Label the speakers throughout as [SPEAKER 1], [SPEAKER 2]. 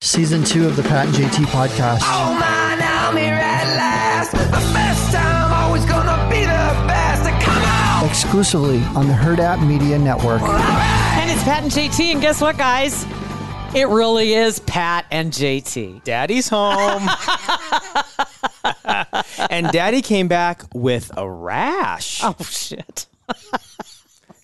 [SPEAKER 1] Season two of the Pat and JT podcast.
[SPEAKER 2] Oh man, I'm here at last. The best time, always gonna be the best. Come on!
[SPEAKER 1] Exclusively on the Herd App Media Network.
[SPEAKER 3] And it's Pat and JT, and guess what, guys? It really is Pat and JT.
[SPEAKER 4] Daddy's home. and daddy came back with a rash.
[SPEAKER 3] Oh shit!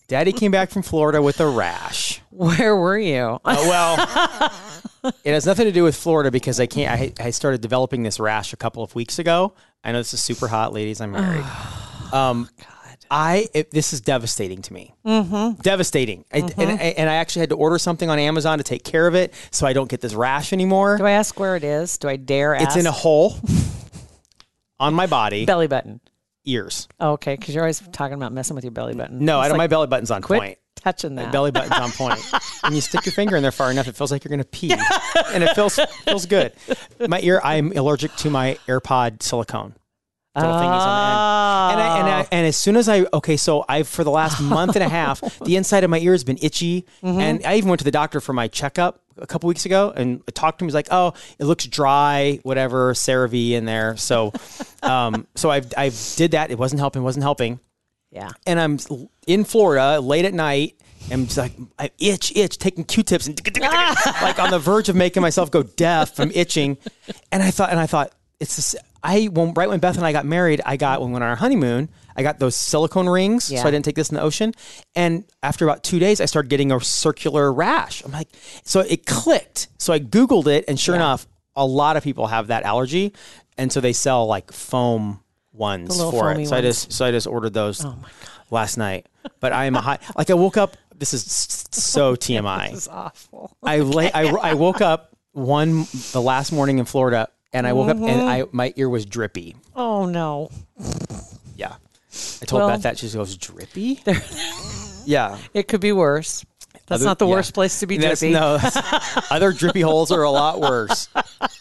[SPEAKER 4] Daddy came back from Florida with a rash.
[SPEAKER 3] Where were you?
[SPEAKER 4] Oh, well, it has nothing to do with Florida because I can't. I, I started developing this rash a couple of weeks ago. I know this is super hot, ladies. I'm married.
[SPEAKER 3] Oh,
[SPEAKER 4] um, I it, this is devastating to me. Mm-hmm. Devastating. I, and, I- and I actually had to order something on Amazon to take care of it, so I don't get this rash anymore.
[SPEAKER 3] Do I ask where it is? Do I dare ask?
[SPEAKER 4] It's in a hole on my body,
[SPEAKER 3] belly button.
[SPEAKER 4] ears.
[SPEAKER 3] Oh, okay, because you're always talking about messing with your belly button.
[SPEAKER 4] No, I
[SPEAKER 3] It's
[SPEAKER 4] don't.
[SPEAKER 3] like,
[SPEAKER 4] my belly button's on
[SPEAKER 3] quit
[SPEAKER 4] point.
[SPEAKER 3] touching that.
[SPEAKER 4] belly button's on point. When you stick your finger in there far enough, it feels like you're gonna pee, and it feels feels good. My ear, I'm allergic to my AirPod silicone. Little thingies
[SPEAKER 3] Ah,
[SPEAKER 4] on the end. And, I, and, I, and as soon as I okay, so I for the last month and a half, the inside of my ear has been itchy, and I even went to the doctor for my checkup a couple weeks ago, and I talked to him. He's like, "Oh, it looks dry, whatever, CeraVe in there." So, um, so I've I've did that. It wasn't helping. Wasn't helping
[SPEAKER 3] Yeah.
[SPEAKER 4] and I'm in Florida late at night. And it's like I itch, itch, taking Q-tips and like on the verge of making myself go deaf from itching. And I thought, and I thought, it's this, I when, right when Beth and I got married, I got when we went on our honeymoon, I got those silicone rings,
[SPEAKER 3] Yeah.
[SPEAKER 4] so I didn't take this in the ocean. And after about two days, I started getting a circular rash. I'm like, so it clicked. So I googled it, and sure enough, a lot of people have that allergy, and so they sell like foam ones
[SPEAKER 3] little
[SPEAKER 4] for
[SPEAKER 3] foamy
[SPEAKER 4] it. So I
[SPEAKER 3] ones.
[SPEAKER 4] just so I just ordered those
[SPEAKER 3] Oh
[SPEAKER 4] last night. But I am a hot. Like I woke up. This is s- s- so TMI.
[SPEAKER 3] It's awful.
[SPEAKER 4] I lay, I I woke up one the last morning in Florida, and I woke up
[SPEAKER 3] Mm-hmm.
[SPEAKER 4] and I my ear was drippy.
[SPEAKER 3] Oh no!
[SPEAKER 4] Yeah, I told
[SPEAKER 3] Well-
[SPEAKER 4] Beth that she just goes drippy. yeah,
[SPEAKER 3] It could be worse. That's
[SPEAKER 4] Other-
[SPEAKER 3] not the
[SPEAKER 4] yeah.
[SPEAKER 3] worst place to be
[SPEAKER 4] That's-
[SPEAKER 3] drippy.
[SPEAKER 4] No, that's- other drippy holes are a lot worse.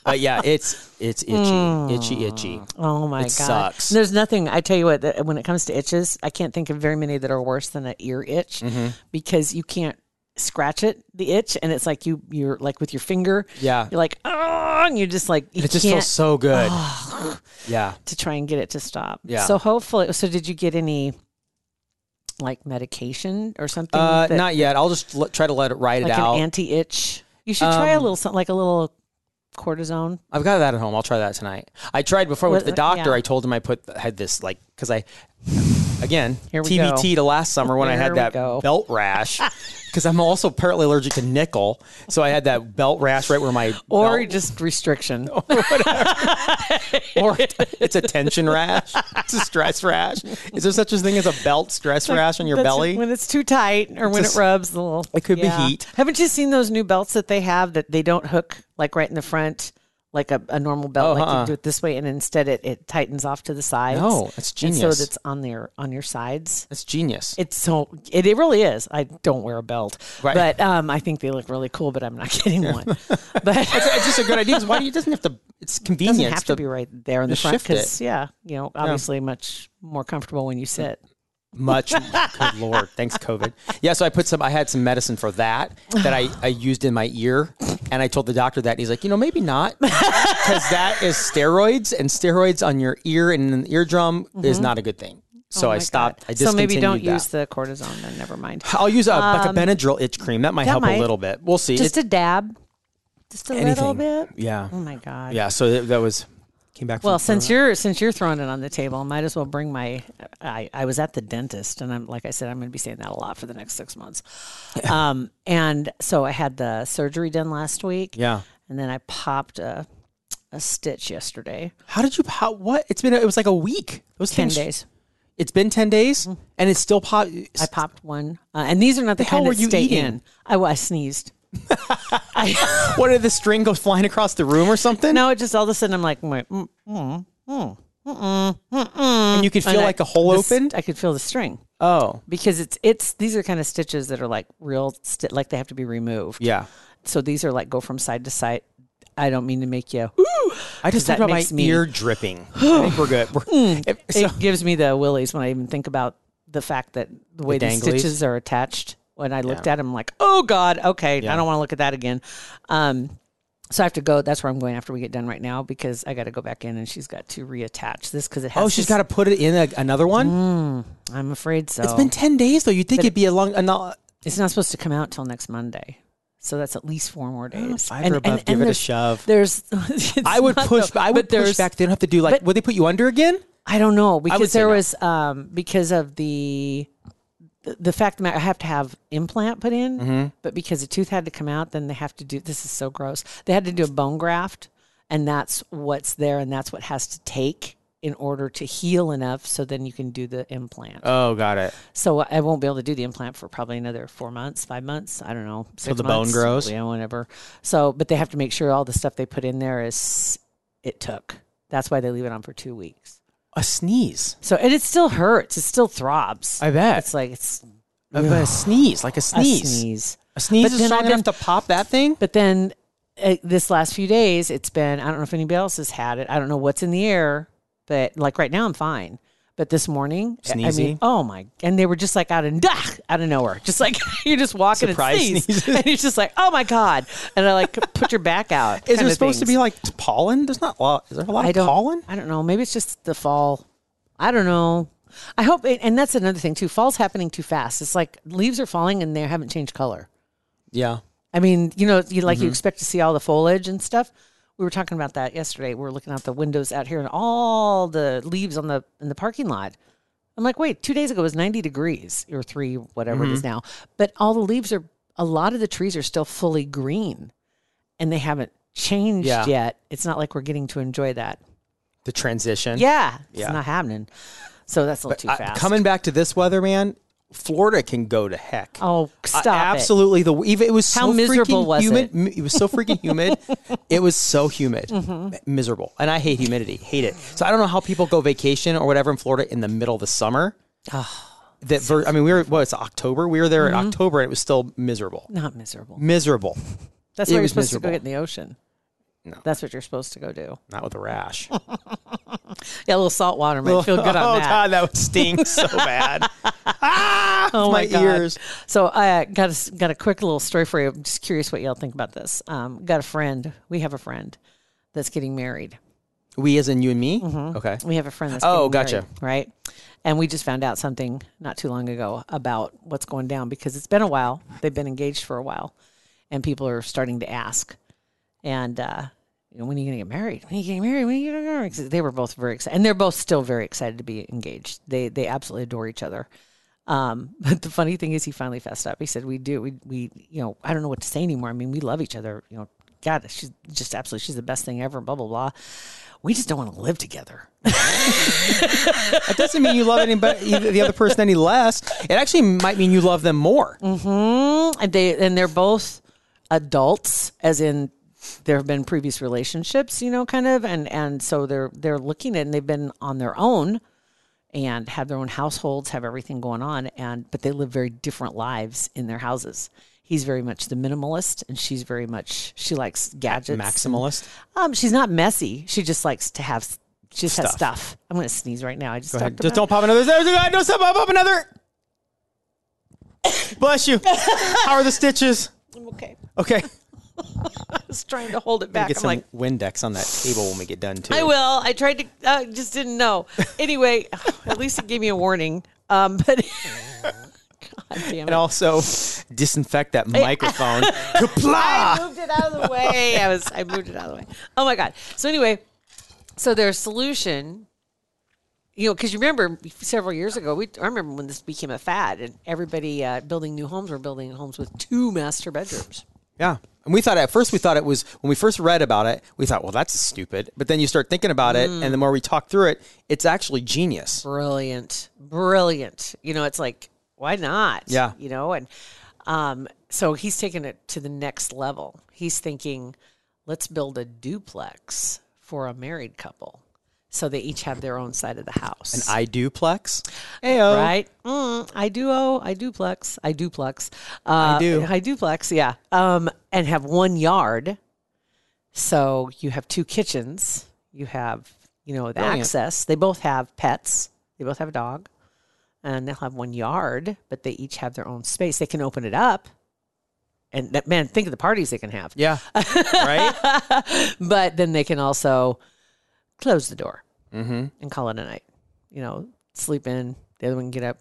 [SPEAKER 4] But yeah, it's it's itchy, itchy, itchy.
[SPEAKER 3] Oh my god!
[SPEAKER 4] sucks.
[SPEAKER 3] There's nothing. I tell you what. That when it comes to itches, I can't think of very many that are worse than an ear itch
[SPEAKER 4] Mm-hmm.
[SPEAKER 3] because you can't scratch it, the itch, and it's like you you're like with your finger.
[SPEAKER 4] Yeah.
[SPEAKER 3] You're like oh, and you're just like you
[SPEAKER 4] It just
[SPEAKER 3] can't
[SPEAKER 4] feels so good. yeah.
[SPEAKER 3] to try and get it to stop.
[SPEAKER 4] Yeah.
[SPEAKER 3] So hopefully, so did you get any like medication or something?
[SPEAKER 4] Uh,
[SPEAKER 3] that-
[SPEAKER 4] not yet. I'll just l- try to let it ride
[SPEAKER 3] like
[SPEAKER 4] it out. Um,
[SPEAKER 3] an anti itch. You should try a little something like a little cortisone.
[SPEAKER 4] I've got that at home. I'll try that tonight. I tried before with
[SPEAKER 3] Well,
[SPEAKER 4] the doctor.
[SPEAKER 3] yeah.
[SPEAKER 4] I told him I put had this like because I again
[SPEAKER 3] Here we
[SPEAKER 4] TBT
[SPEAKER 3] go.
[SPEAKER 4] to last summer when I
[SPEAKER 3] There
[SPEAKER 4] had
[SPEAKER 3] we
[SPEAKER 4] that
[SPEAKER 3] go.
[SPEAKER 4] belt rash because I'm also apparently allergic to nickel, so I had that belt rash right where my
[SPEAKER 3] Or
[SPEAKER 4] belt-
[SPEAKER 3] just restriction.
[SPEAKER 4] or it's a tension rash. It's a stress rash. Is there such a thing as a belt stress rash on your
[SPEAKER 3] That's
[SPEAKER 4] belly?
[SPEAKER 3] when it's too tight or when
[SPEAKER 4] just-
[SPEAKER 3] it rubs the little
[SPEAKER 4] It could be heat.
[SPEAKER 3] haven't you seen those new belts that they have that they don't hook like right in the front like a, a normal belt
[SPEAKER 4] Oh,
[SPEAKER 3] like
[SPEAKER 4] uh-uh.
[SPEAKER 3] you do it this way and instead it, it tightens off to the sides
[SPEAKER 4] No, that's
[SPEAKER 3] and
[SPEAKER 4] genius.
[SPEAKER 3] so that's on their on your sides
[SPEAKER 4] That's genius.
[SPEAKER 3] it's so it, it really is i don't wear a belt
[SPEAKER 4] Right.
[SPEAKER 3] but um i think they look really cool but i'm not getting one but
[SPEAKER 4] it's just a good idea. 'cause Why do you? It doesn't have to. It's
[SPEAKER 3] it
[SPEAKER 4] convenient.
[SPEAKER 3] doesn't have to
[SPEAKER 4] The-
[SPEAKER 3] be right there in the
[SPEAKER 4] just
[SPEAKER 3] front
[SPEAKER 4] shift it.
[SPEAKER 3] because yeah you know obviously much more comfortable when you sit
[SPEAKER 4] much good lord thanks covid yeah so i put some i had some medicine for that that i, I used in my ear and i told the doctor that and he's like you know maybe not because that is steroids and steroids on your ear and an eardrum is not a good thing so
[SPEAKER 3] Mm-hmm. Oh
[SPEAKER 4] i
[SPEAKER 3] my
[SPEAKER 4] stopped
[SPEAKER 3] God.
[SPEAKER 4] i
[SPEAKER 3] so
[SPEAKER 4] discontinued
[SPEAKER 3] maybe don't
[SPEAKER 4] that.
[SPEAKER 3] use the cortisone then never mind
[SPEAKER 4] i'll use a, like a benadryl itch cream that might
[SPEAKER 3] that
[SPEAKER 4] help
[SPEAKER 3] might.
[SPEAKER 4] a little bit we'll see
[SPEAKER 3] just
[SPEAKER 4] It-
[SPEAKER 3] a dab, just a little
[SPEAKER 4] anything
[SPEAKER 3] bit.
[SPEAKER 4] yeah
[SPEAKER 3] Oh my god.
[SPEAKER 4] yeah so that, that was came back
[SPEAKER 3] Well,
[SPEAKER 4] from
[SPEAKER 3] since you're since you're throwing it on the table, I might as well bring my. I, I was at the dentist, and I'm like I said, I'm going to be saying that a lot for the next six months. Um, and so I had the surgery done last week.
[SPEAKER 4] yeah
[SPEAKER 3] And then I popped a a stitch yesterday.
[SPEAKER 4] how did you how what it's been it was like a week those
[SPEAKER 3] Ten
[SPEAKER 4] things-
[SPEAKER 3] days. Mm.
[SPEAKER 4] it's been 10 days and it's still pop
[SPEAKER 3] I popped one, uh, and these are not the,
[SPEAKER 4] The hell
[SPEAKER 3] kind
[SPEAKER 4] were
[SPEAKER 3] that
[SPEAKER 4] you
[SPEAKER 3] stay
[SPEAKER 4] eating?
[SPEAKER 3] in. I, well, I sneezed. I,
[SPEAKER 4] What did the string go flying across the room or something?
[SPEAKER 3] no, it just all of a sudden I'm like, mm, mm, mm, mm, mm, mm.
[SPEAKER 4] And you could feel
[SPEAKER 3] I-
[SPEAKER 4] like a hole
[SPEAKER 3] the st-
[SPEAKER 4] opened?
[SPEAKER 3] I could feel the string
[SPEAKER 4] Oh,
[SPEAKER 3] because it's it's these are kind of stitches that are like real sti- like they have to be removed.
[SPEAKER 4] yeah.
[SPEAKER 3] So these are like go from side to side. I don't mean to make you.
[SPEAKER 4] I just
[SPEAKER 3] that
[SPEAKER 4] thought about my
[SPEAKER 3] makes me- Hmm.
[SPEAKER 4] ear dripping. I think we're good. We're- if- so-
[SPEAKER 3] it gives me the willies when I even think about the fact that the way
[SPEAKER 4] The
[SPEAKER 3] these
[SPEAKER 4] danglies?
[SPEAKER 3] stitches are attached. When I looked at them, I'm like, oh God, okay, I don't want to look at that again. Um, so I have to go. That's where I'm going after we get done right now because I got to go back in and she's got to reattach this because it has.
[SPEAKER 4] oh, she's
[SPEAKER 3] to-
[SPEAKER 4] got to put it in a, another one.
[SPEAKER 3] Mm. I'm afraid so.
[SPEAKER 4] It's been ten days though. You'd think it'd be a long. A, no-
[SPEAKER 3] It's not supposed to come out till next Monday. So that's at least four more days.
[SPEAKER 4] fiber above, give it a
[SPEAKER 3] there's-
[SPEAKER 4] shove.
[SPEAKER 3] There's, it's
[SPEAKER 4] I would
[SPEAKER 3] not,
[SPEAKER 4] push.
[SPEAKER 3] though,
[SPEAKER 4] I would
[SPEAKER 3] but
[SPEAKER 4] push
[SPEAKER 3] there's-
[SPEAKER 4] back. They don't have to do like.
[SPEAKER 3] but-
[SPEAKER 4] would they put you under again?
[SPEAKER 3] I don't know because
[SPEAKER 4] say
[SPEAKER 3] there
[SPEAKER 4] no.
[SPEAKER 3] was um, because of the the- the fact that I have to have implant put in,
[SPEAKER 4] Mm-hmm.
[SPEAKER 3] but because the tooth had to come out, then they have to do this is so gross. They had to do a bone graft, and that's what's there, and that's what has to take in order to heal enough, so then you can do the implant.
[SPEAKER 4] Oh, got it.
[SPEAKER 3] So I won't be able to do the implant for probably another four months, five months. I don't know. Six
[SPEAKER 4] the bone
[SPEAKER 3] months,
[SPEAKER 4] grows?
[SPEAKER 3] Yeah, whatever. So, but they have to make sure all the stuff they put in there is it took. That's why they leave it on for two weeks.
[SPEAKER 4] A sneeze.
[SPEAKER 3] So and it still hurts. It still throbs.
[SPEAKER 4] I bet.
[SPEAKER 3] It's like it's
[SPEAKER 4] A, a sneeze, like a
[SPEAKER 3] a
[SPEAKER 4] sneeze.
[SPEAKER 3] sneeze.
[SPEAKER 4] A sneeze, is
[SPEAKER 3] then
[SPEAKER 4] strong
[SPEAKER 3] I've
[SPEAKER 4] enough
[SPEAKER 3] been-
[SPEAKER 4] to pop that thing.
[SPEAKER 3] But then uh, this last few days, it's been I don't know if anybody else has had it. I don't know what's in the air, but like right now, I'm fine. But this morning, I- I
[SPEAKER 4] Sneezy?
[SPEAKER 3] mean, oh my! And they were just like out of dah, out of nowhere, just like you're just walking
[SPEAKER 4] Surprise
[SPEAKER 3] and sneeze,
[SPEAKER 4] sneezes.
[SPEAKER 3] and you're just like, oh my god! And I like put your back out.
[SPEAKER 4] Is
[SPEAKER 3] kinda
[SPEAKER 4] there
[SPEAKER 3] things.
[SPEAKER 4] supposed to be like pollen? There's not. A lot, is there a lot
[SPEAKER 3] I
[SPEAKER 4] of
[SPEAKER 3] don't.
[SPEAKER 4] pollen?
[SPEAKER 3] I don't know. Maybe it's just the fall. I don't know. I hope, it, and that's another thing too. Fall's happening too fast. It's like leaves are falling and they haven't changed color.
[SPEAKER 4] Yeah.
[SPEAKER 3] I mean, you know, you like
[SPEAKER 4] Mm-hmm.
[SPEAKER 3] you expect to see all the foliage and stuff. We were talking about that yesterday. We were looking out the windows out here and all the leaves on the in the parking lot. I'm like, wait, two days ago it was 90 degrees or three, whatever it is
[SPEAKER 4] Mm-hmm.
[SPEAKER 3] now. But all the leaves are, a lot of the trees are still fully green, and they haven't changed
[SPEAKER 4] Yeah.
[SPEAKER 3] yet. It's not like we're getting to enjoy that.
[SPEAKER 4] The transition.
[SPEAKER 3] Yeah, it's
[SPEAKER 4] Yeah.
[SPEAKER 3] not happening. So that's a little too
[SPEAKER 4] I-
[SPEAKER 3] fast.
[SPEAKER 4] coming back to this weather, man. Florida can go to heck.
[SPEAKER 3] Oh, stop!
[SPEAKER 4] Uh,
[SPEAKER 3] absolutely.
[SPEAKER 4] absolutely. The even it was
[SPEAKER 3] How
[SPEAKER 4] so
[SPEAKER 3] miserable
[SPEAKER 4] freaking
[SPEAKER 3] was
[SPEAKER 4] humid.
[SPEAKER 3] it?
[SPEAKER 4] M- was so freaking humid. it was so humid, M-
[SPEAKER 3] Mm-hmm.
[SPEAKER 4] miserable. And I hate humidity. Hate it. So I don't know how people go vacation or whatever in Florida in the middle of the summer. that ver- I mean, we were what it's October. We were there in
[SPEAKER 3] Mm-hmm.
[SPEAKER 4] October, and it was still miserable.
[SPEAKER 3] Not miserable.
[SPEAKER 4] Miserable.
[SPEAKER 3] That's
[SPEAKER 4] It
[SPEAKER 3] where you're
[SPEAKER 4] was
[SPEAKER 3] supposed to
[SPEAKER 4] miserable.
[SPEAKER 3] go get in the ocean. No. That's what you're supposed to go do.
[SPEAKER 4] Not with a rash.
[SPEAKER 3] Yeah, a little salt water might feel good on
[SPEAKER 4] oh
[SPEAKER 3] that.
[SPEAKER 4] God, that would sting so bad. ah,
[SPEAKER 3] Oh
[SPEAKER 4] my,
[SPEAKER 3] God.
[SPEAKER 4] ears.
[SPEAKER 3] So I uh, got a, s- got a quick little story for you. I'm just curious what y'all think about this. Um, got a friend. We have a friend that's getting married.
[SPEAKER 4] We as in you and me. Okay.
[SPEAKER 3] We have a friend that's
[SPEAKER 4] Oh,
[SPEAKER 3] getting
[SPEAKER 4] gotcha.
[SPEAKER 3] married, right? And we just found out something not too long ago about what's going down because it's been a while. They've been engaged for a while, and people are starting to ask, and uh, you know, when are you going to get married? When are you getting married? When are you going to get married? 'Cause They were both very excited, and they're both still very excited to be engaged. They they absolutely adore each other. Um, but the funny thing is, he finally fessed up. He said, "We do. We we you know I don't know what to say anymore. I mean, we love each other. You know, God, she's just absolutely she's the best thing ever. Blah blah blah. We just don't want to live together."
[SPEAKER 4] It doesn't mean you love anybody, the other person any less. It actually might mean you love them more.
[SPEAKER 3] Mm. and they and they're both adults as in there have been previous relationships you know kind of and and so they're they're looking at and they've been on their own and have their own households have everything going on and but they live very different lives in their houses he's very much the minimalist and she's very much she likes gadgets and-
[SPEAKER 4] Maximalist.
[SPEAKER 3] um she's not messy she just likes to have s- she just has
[SPEAKER 4] Stuff.
[SPEAKER 3] stuff i'm gonna sneeze right now i just
[SPEAKER 4] Go ahead.
[SPEAKER 3] talked
[SPEAKER 4] Just
[SPEAKER 3] about-
[SPEAKER 4] don't pop another. Don't stop, pop up another. Bless you. How are the stitches?
[SPEAKER 3] I'm okay
[SPEAKER 4] Okay.
[SPEAKER 3] i was trying to hold it back
[SPEAKER 4] Get
[SPEAKER 3] i'm
[SPEAKER 4] some
[SPEAKER 3] like
[SPEAKER 4] Windex on that table when we get done too.
[SPEAKER 3] I will. I tried to, uh, just didn't know. Anyway, at least it gave me a warning. Um, but God damn it.
[SPEAKER 4] And also disinfect that microphone. Kapla!
[SPEAKER 3] I moved it out of the way. I was I moved it out of the way. Oh my god. So anyway, so their solution, you know, because you remember several years ago, we I remember when this became a fad, and everybody uh, building new homes were building homes with two master bedrooms.
[SPEAKER 4] Yeah. And we thought at first we thought it was when we first read about it, we thought, well, that's stupid. But then you start thinking about it,
[SPEAKER 3] Mm.
[SPEAKER 4] and the more we talk through it, it's actually genius.
[SPEAKER 3] brilliant brilliant you know it's like why not
[SPEAKER 4] Yeah.
[SPEAKER 3] you know and um so he's taking it to the next level. He's thinking, let's build a duplex for a married couple. So they each have their own side of the house.
[SPEAKER 4] An I duplex. Ayo.
[SPEAKER 3] right? Mm, I do oh, I duplex, I duplex, uh, I
[SPEAKER 4] do.
[SPEAKER 3] I duplex, yeah. Um, and have one yard, so you have two kitchens. You have you know the
[SPEAKER 4] Brilliant.
[SPEAKER 3] access. They both have pets. They both have a dog, and they'll have one yard, but they each have their own space. They can open it up, and that man, think of the parties they can have.
[SPEAKER 4] Yeah. right.
[SPEAKER 3] But then they can also close the door
[SPEAKER 4] Mm-hmm.
[SPEAKER 3] and call it a night. You know, sleep in. The other one can get up.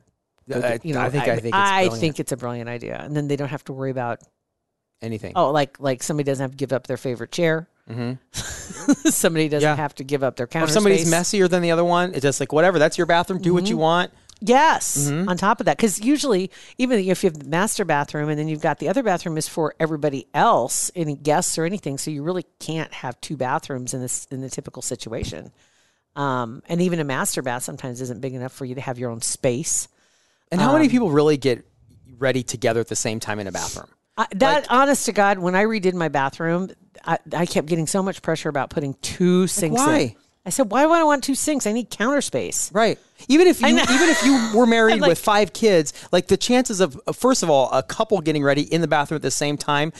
[SPEAKER 3] go
[SPEAKER 4] I,
[SPEAKER 3] get- you know,
[SPEAKER 4] Uh, I think. I, think. It's
[SPEAKER 3] I
[SPEAKER 4] brilliant.
[SPEAKER 3] think it's a brilliant idea, and then they don't have to worry about
[SPEAKER 4] anything.
[SPEAKER 3] oh, like like somebody doesn't have to give up their favorite chair. somebody doesn't
[SPEAKER 4] Mm-hmm. Yeah.
[SPEAKER 3] have to give up their
[SPEAKER 4] Or
[SPEAKER 3] counter.
[SPEAKER 4] if somebody's
[SPEAKER 3] space. Mm-hmm.
[SPEAKER 4] messier than the other one, it's just like whatever. That's your bathroom. Do what you want.
[SPEAKER 3] Yes.
[SPEAKER 4] Mm-hmm.
[SPEAKER 3] On top of that, because usually, even if you have the master bathroom and then you've got the other bathroom is for everybody else, any guests or anything, so you really can't have two bathrooms in this in the typical situation. Um, and even a master bath sometimes isn't big enough for you to have your own space.
[SPEAKER 4] And how
[SPEAKER 3] Um,
[SPEAKER 4] many people really get ready together at the same time in a bathroom?
[SPEAKER 3] I, that honest to God, when I redid my bathroom, I, I kept getting so much pressure about putting two sinks. in.
[SPEAKER 4] why?
[SPEAKER 3] I said, why would I want two sinks? I need counter space.
[SPEAKER 4] Right. Even if you even if you were married
[SPEAKER 3] like-
[SPEAKER 4] with five kids, like the chances of of- first of all a couple getting ready in the bathroom at the same time,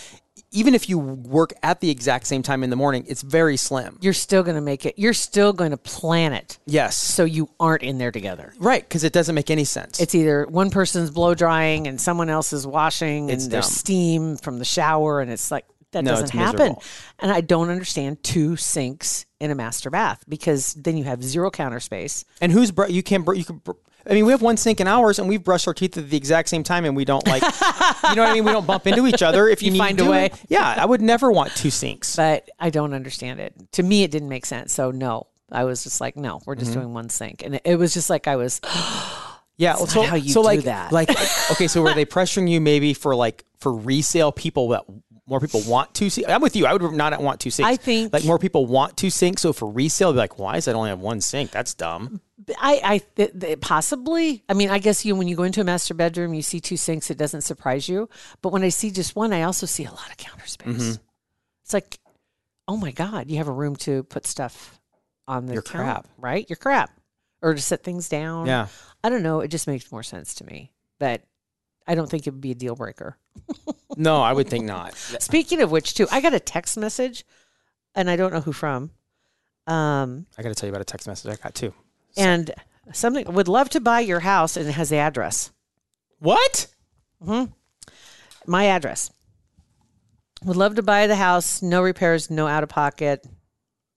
[SPEAKER 4] even if you work at the exact same time in the morning, it's very slim.
[SPEAKER 3] You're still going to make it. You're still going to plan it
[SPEAKER 4] Yes.
[SPEAKER 3] so you aren't in there together.
[SPEAKER 4] Right, because it doesn't make any sense.
[SPEAKER 3] It's either one person's blow drying and someone else is washing
[SPEAKER 4] It's
[SPEAKER 3] and there's
[SPEAKER 4] dumb.
[SPEAKER 3] steam from the shower and it's like that
[SPEAKER 4] No,
[SPEAKER 3] doesn't
[SPEAKER 4] it's
[SPEAKER 3] happen.
[SPEAKER 4] miserable.
[SPEAKER 3] And I don't understand two sinks in a master bath because then you have zero counter space.
[SPEAKER 4] and who's br- you can br- you can. Br- I mean, we have one sink in ours, and we've brushed our teeth at the exact same time, and we don't like, you know what I mean? We don't bump into each other. If you,
[SPEAKER 3] You
[SPEAKER 4] need to
[SPEAKER 3] find a
[SPEAKER 4] do
[SPEAKER 3] way.
[SPEAKER 4] it. yeah, I would never want two sinks.
[SPEAKER 3] but I don't understand it. To me, it didn't make sense. So no, I was just like, no, we're
[SPEAKER 4] Mm-hmm.
[SPEAKER 3] just doing one sink, and it, it was just like I was.
[SPEAKER 4] Yeah, well, so
[SPEAKER 3] not how you
[SPEAKER 4] so
[SPEAKER 3] do
[SPEAKER 4] like
[SPEAKER 3] that.
[SPEAKER 4] like okay, so were they pressuring you maybe for like for resale people that more people want two sinks? I'm with you. I would not want two sinks.
[SPEAKER 3] I think-
[SPEAKER 4] like more people want two sinks. So for resale, be like, why is that only have one sink? That's dumb.
[SPEAKER 3] I, I th- th- possibly. I mean, I guess you when you go into a master bedroom, you see two sinks. It doesn't surprise you. But when I see just one, I also see a lot of counter space.
[SPEAKER 4] Mm-hmm.
[SPEAKER 3] It's like, oh my god, you have a room to put stuff on the
[SPEAKER 4] Your
[SPEAKER 3] counter,
[SPEAKER 4] crap.
[SPEAKER 3] right? Your crap, or to set things down.
[SPEAKER 4] Yeah.
[SPEAKER 3] I don't know. It just makes more sense to me, but I don't think it would be a deal breaker.
[SPEAKER 4] No, I would think not.
[SPEAKER 3] Speaking of which, too, I got a text message, and I don't know who from. Um,
[SPEAKER 4] I got to tell you about a text message I got too.
[SPEAKER 3] and something would love to buy your house, and it has the address,
[SPEAKER 4] What?
[SPEAKER 3] my address. Would love to buy the house, no repairs, no out of pocket.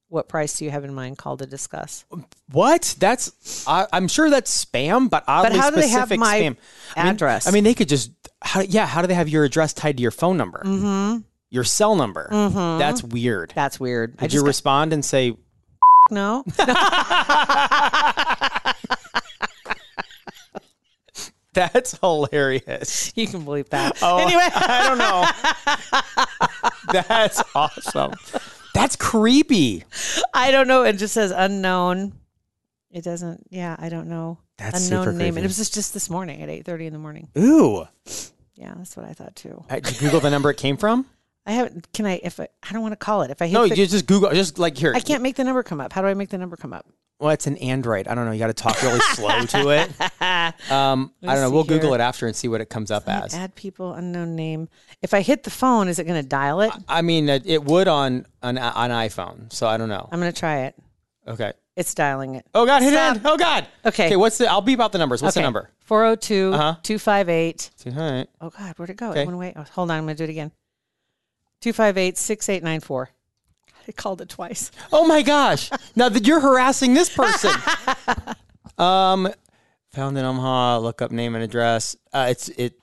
[SPEAKER 3] What price do you have in mind? Call to discuss.
[SPEAKER 4] What? That's I, I'm sure that's spam, but oddly
[SPEAKER 3] how do they have
[SPEAKER 4] specific
[SPEAKER 3] my
[SPEAKER 4] spam I mean-
[SPEAKER 3] address?
[SPEAKER 4] I mean, they could just how, yeah. How do they have your address tied to your phone number? Mm-hmm. Your cell number. Mm-hmm. That's weird.
[SPEAKER 3] That's weird. I
[SPEAKER 4] Did you
[SPEAKER 3] just
[SPEAKER 4] respond and say
[SPEAKER 3] got- no?
[SPEAKER 4] That's hilarious. Oh,
[SPEAKER 3] you can believe that.
[SPEAKER 4] anyway, I don't know. That's awesome. That's creepy.
[SPEAKER 3] I don't know. It just says unknown. It doesn't. Yeah, I don't know.
[SPEAKER 4] That's
[SPEAKER 3] unknown
[SPEAKER 4] super
[SPEAKER 3] name. And
[SPEAKER 4] creepy.
[SPEAKER 3] it was just, just this morning at eight thirty in the morning.
[SPEAKER 4] Ooh.
[SPEAKER 3] Yeah, that's what I thought too.
[SPEAKER 4] Uh, Did you Google the number it came from?
[SPEAKER 3] I haven't. Can I? If I, I don't want to call it. If I hit
[SPEAKER 4] No,
[SPEAKER 3] the,
[SPEAKER 4] you just Google. Just like here.
[SPEAKER 3] I can't make the number come up. How do I make the number come up?
[SPEAKER 4] Well, it's an Android. I don't know. You got to talk really slow to it. Um, I don't know.
[SPEAKER 3] see
[SPEAKER 4] We'll Google
[SPEAKER 3] here.
[SPEAKER 4] it after and see what it comes up as.
[SPEAKER 3] Add people, unknown name. If I hit the phone, is it going to dial it?
[SPEAKER 4] I mean, it, it would on an on iPhone. So I don't know.
[SPEAKER 3] I'm going to try it.
[SPEAKER 4] Okay.
[SPEAKER 3] It's dialing it.
[SPEAKER 4] Oh God, hit
[SPEAKER 3] Stop.
[SPEAKER 4] end. Oh God.
[SPEAKER 3] Okay.
[SPEAKER 4] Okay. What's the? I'll beep out the numbers. What's the number? Uh-huh.
[SPEAKER 3] 402 258.
[SPEAKER 4] All right.
[SPEAKER 3] Oh, God, where'd it go?
[SPEAKER 4] Okay.
[SPEAKER 3] It went away. Oh, hold on. I'm going to do it again. 258 6894. I called it twice.
[SPEAKER 4] Oh my gosh! Now that you're harassing this person. um, found in Omaha. Look up name and address. Uh, it's it.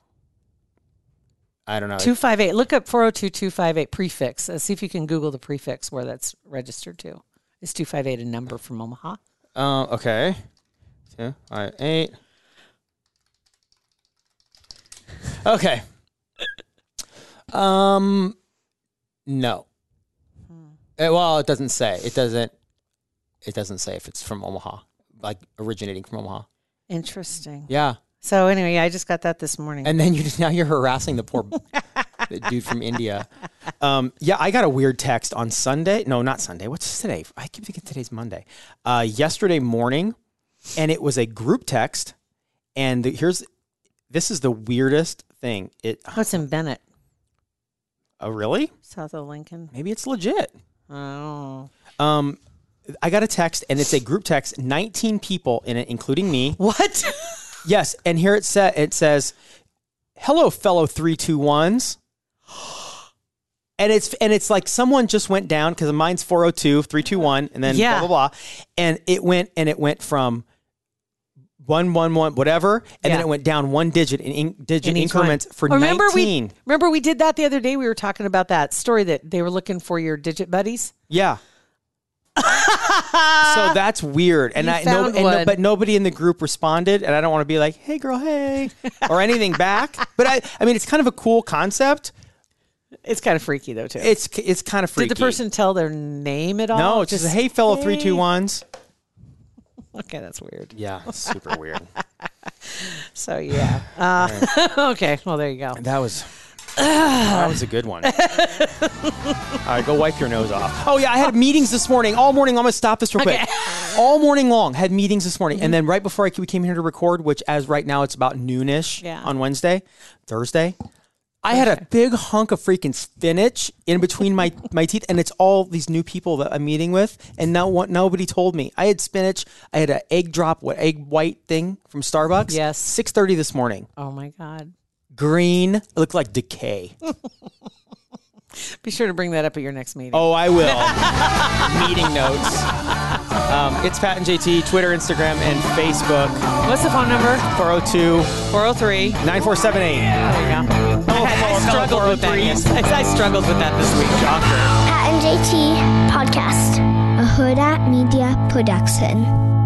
[SPEAKER 4] I don't know.
[SPEAKER 3] 258. Look up 402 258 prefix. Uh, see if you can Google the prefix where that's registered to. Is 258 a number from Omaha?
[SPEAKER 4] Uh, okay. Two, all right, eight. Okay. Um, no. Eh, well, it doesn't say. It doesn't. It doesn't say if it's from Omaha, like originating from Omaha.
[SPEAKER 3] Interesting.
[SPEAKER 4] Yeah.
[SPEAKER 3] So anyway, I just got that this morning.
[SPEAKER 4] And then you now you're harassing the poor the dude from India. Um, yeah, I got a weird text on Sunday. No, not Sunday. What's today? I keep thinking today's Monday. Uh, yesterday morning, and it was a group text. And the, here's this is the weirdest thing. It
[SPEAKER 3] oh, it's in Bennett,
[SPEAKER 4] oh really?
[SPEAKER 3] south of Lincoln.
[SPEAKER 4] Maybe it's legit.
[SPEAKER 3] Oh,
[SPEAKER 4] Um, I got a text, and it's a group text. 19 people in it, including me.
[SPEAKER 3] what?
[SPEAKER 4] Yes, and here it sa- it says, "Hello, fellow three two ones." And it's and it's like someone just went down because mine's 402, 321, and then
[SPEAKER 3] Yeah.
[SPEAKER 4] blah blah blah, and it went and it went from one one one whatever, and
[SPEAKER 3] Yeah.
[SPEAKER 4] then it went down one digit in, in digit
[SPEAKER 3] In each one.
[SPEAKER 4] increments for
[SPEAKER 3] remember
[SPEAKER 4] nineteen.
[SPEAKER 3] we remember we did that the other day. We were talking about that story that they were looking for your digit buddies.
[SPEAKER 4] Yeah. so that's weird, and
[SPEAKER 3] You
[SPEAKER 4] I no,
[SPEAKER 3] found
[SPEAKER 4] and no-
[SPEAKER 3] one.
[SPEAKER 4] but nobody in the group responded, and I don't want to be like, "Hey, girl, hey," or anything back. But I, I mean, it's kind of a cool concept.
[SPEAKER 3] It's kind of freaky though too.
[SPEAKER 4] It's it's kind of freaky.
[SPEAKER 3] Did the person tell their name at all?
[SPEAKER 4] No, it's just, "Hey, fellow three two ones."
[SPEAKER 3] Okay, that's weird.
[SPEAKER 4] Yeah, super weird.
[SPEAKER 3] So yeah. Uh, okay. Well, there you go.
[SPEAKER 4] That was that was a good one. all right, go wipe your nose off. Oh yeah, I had meetings this morning, all morning. I'm gonna stop this real quick. All morning long, had meetings this morning, and then right before I, we came here to record, which as right now it's about noonish
[SPEAKER 3] Yeah.
[SPEAKER 4] on Wednesday, Thursday. I had a big hunk of freaking spinach in between my, my teeth, and it's all these new people that I'm meeting with, and now one, nobody told me. I had spinach. I had an egg drop, what egg white thing from Starbucks.
[SPEAKER 3] Yes.
[SPEAKER 4] six thirty this morning
[SPEAKER 3] Oh my God.
[SPEAKER 4] green. It looked like decay.
[SPEAKER 3] Be sure to bring that up at your next meeting.
[SPEAKER 4] Oh, I will. Meeting notes. Um, it's Pat and JT, Twitter, Instagram, and Facebook.
[SPEAKER 3] What's the phone number?
[SPEAKER 4] 402
[SPEAKER 3] 403.
[SPEAKER 4] 9478.
[SPEAKER 3] There we go.
[SPEAKER 4] Oh,
[SPEAKER 3] I, had- I struggled with that. yes. I, I struggled with that this week.
[SPEAKER 5] Pat and JT Podcast, a Huda Media Production.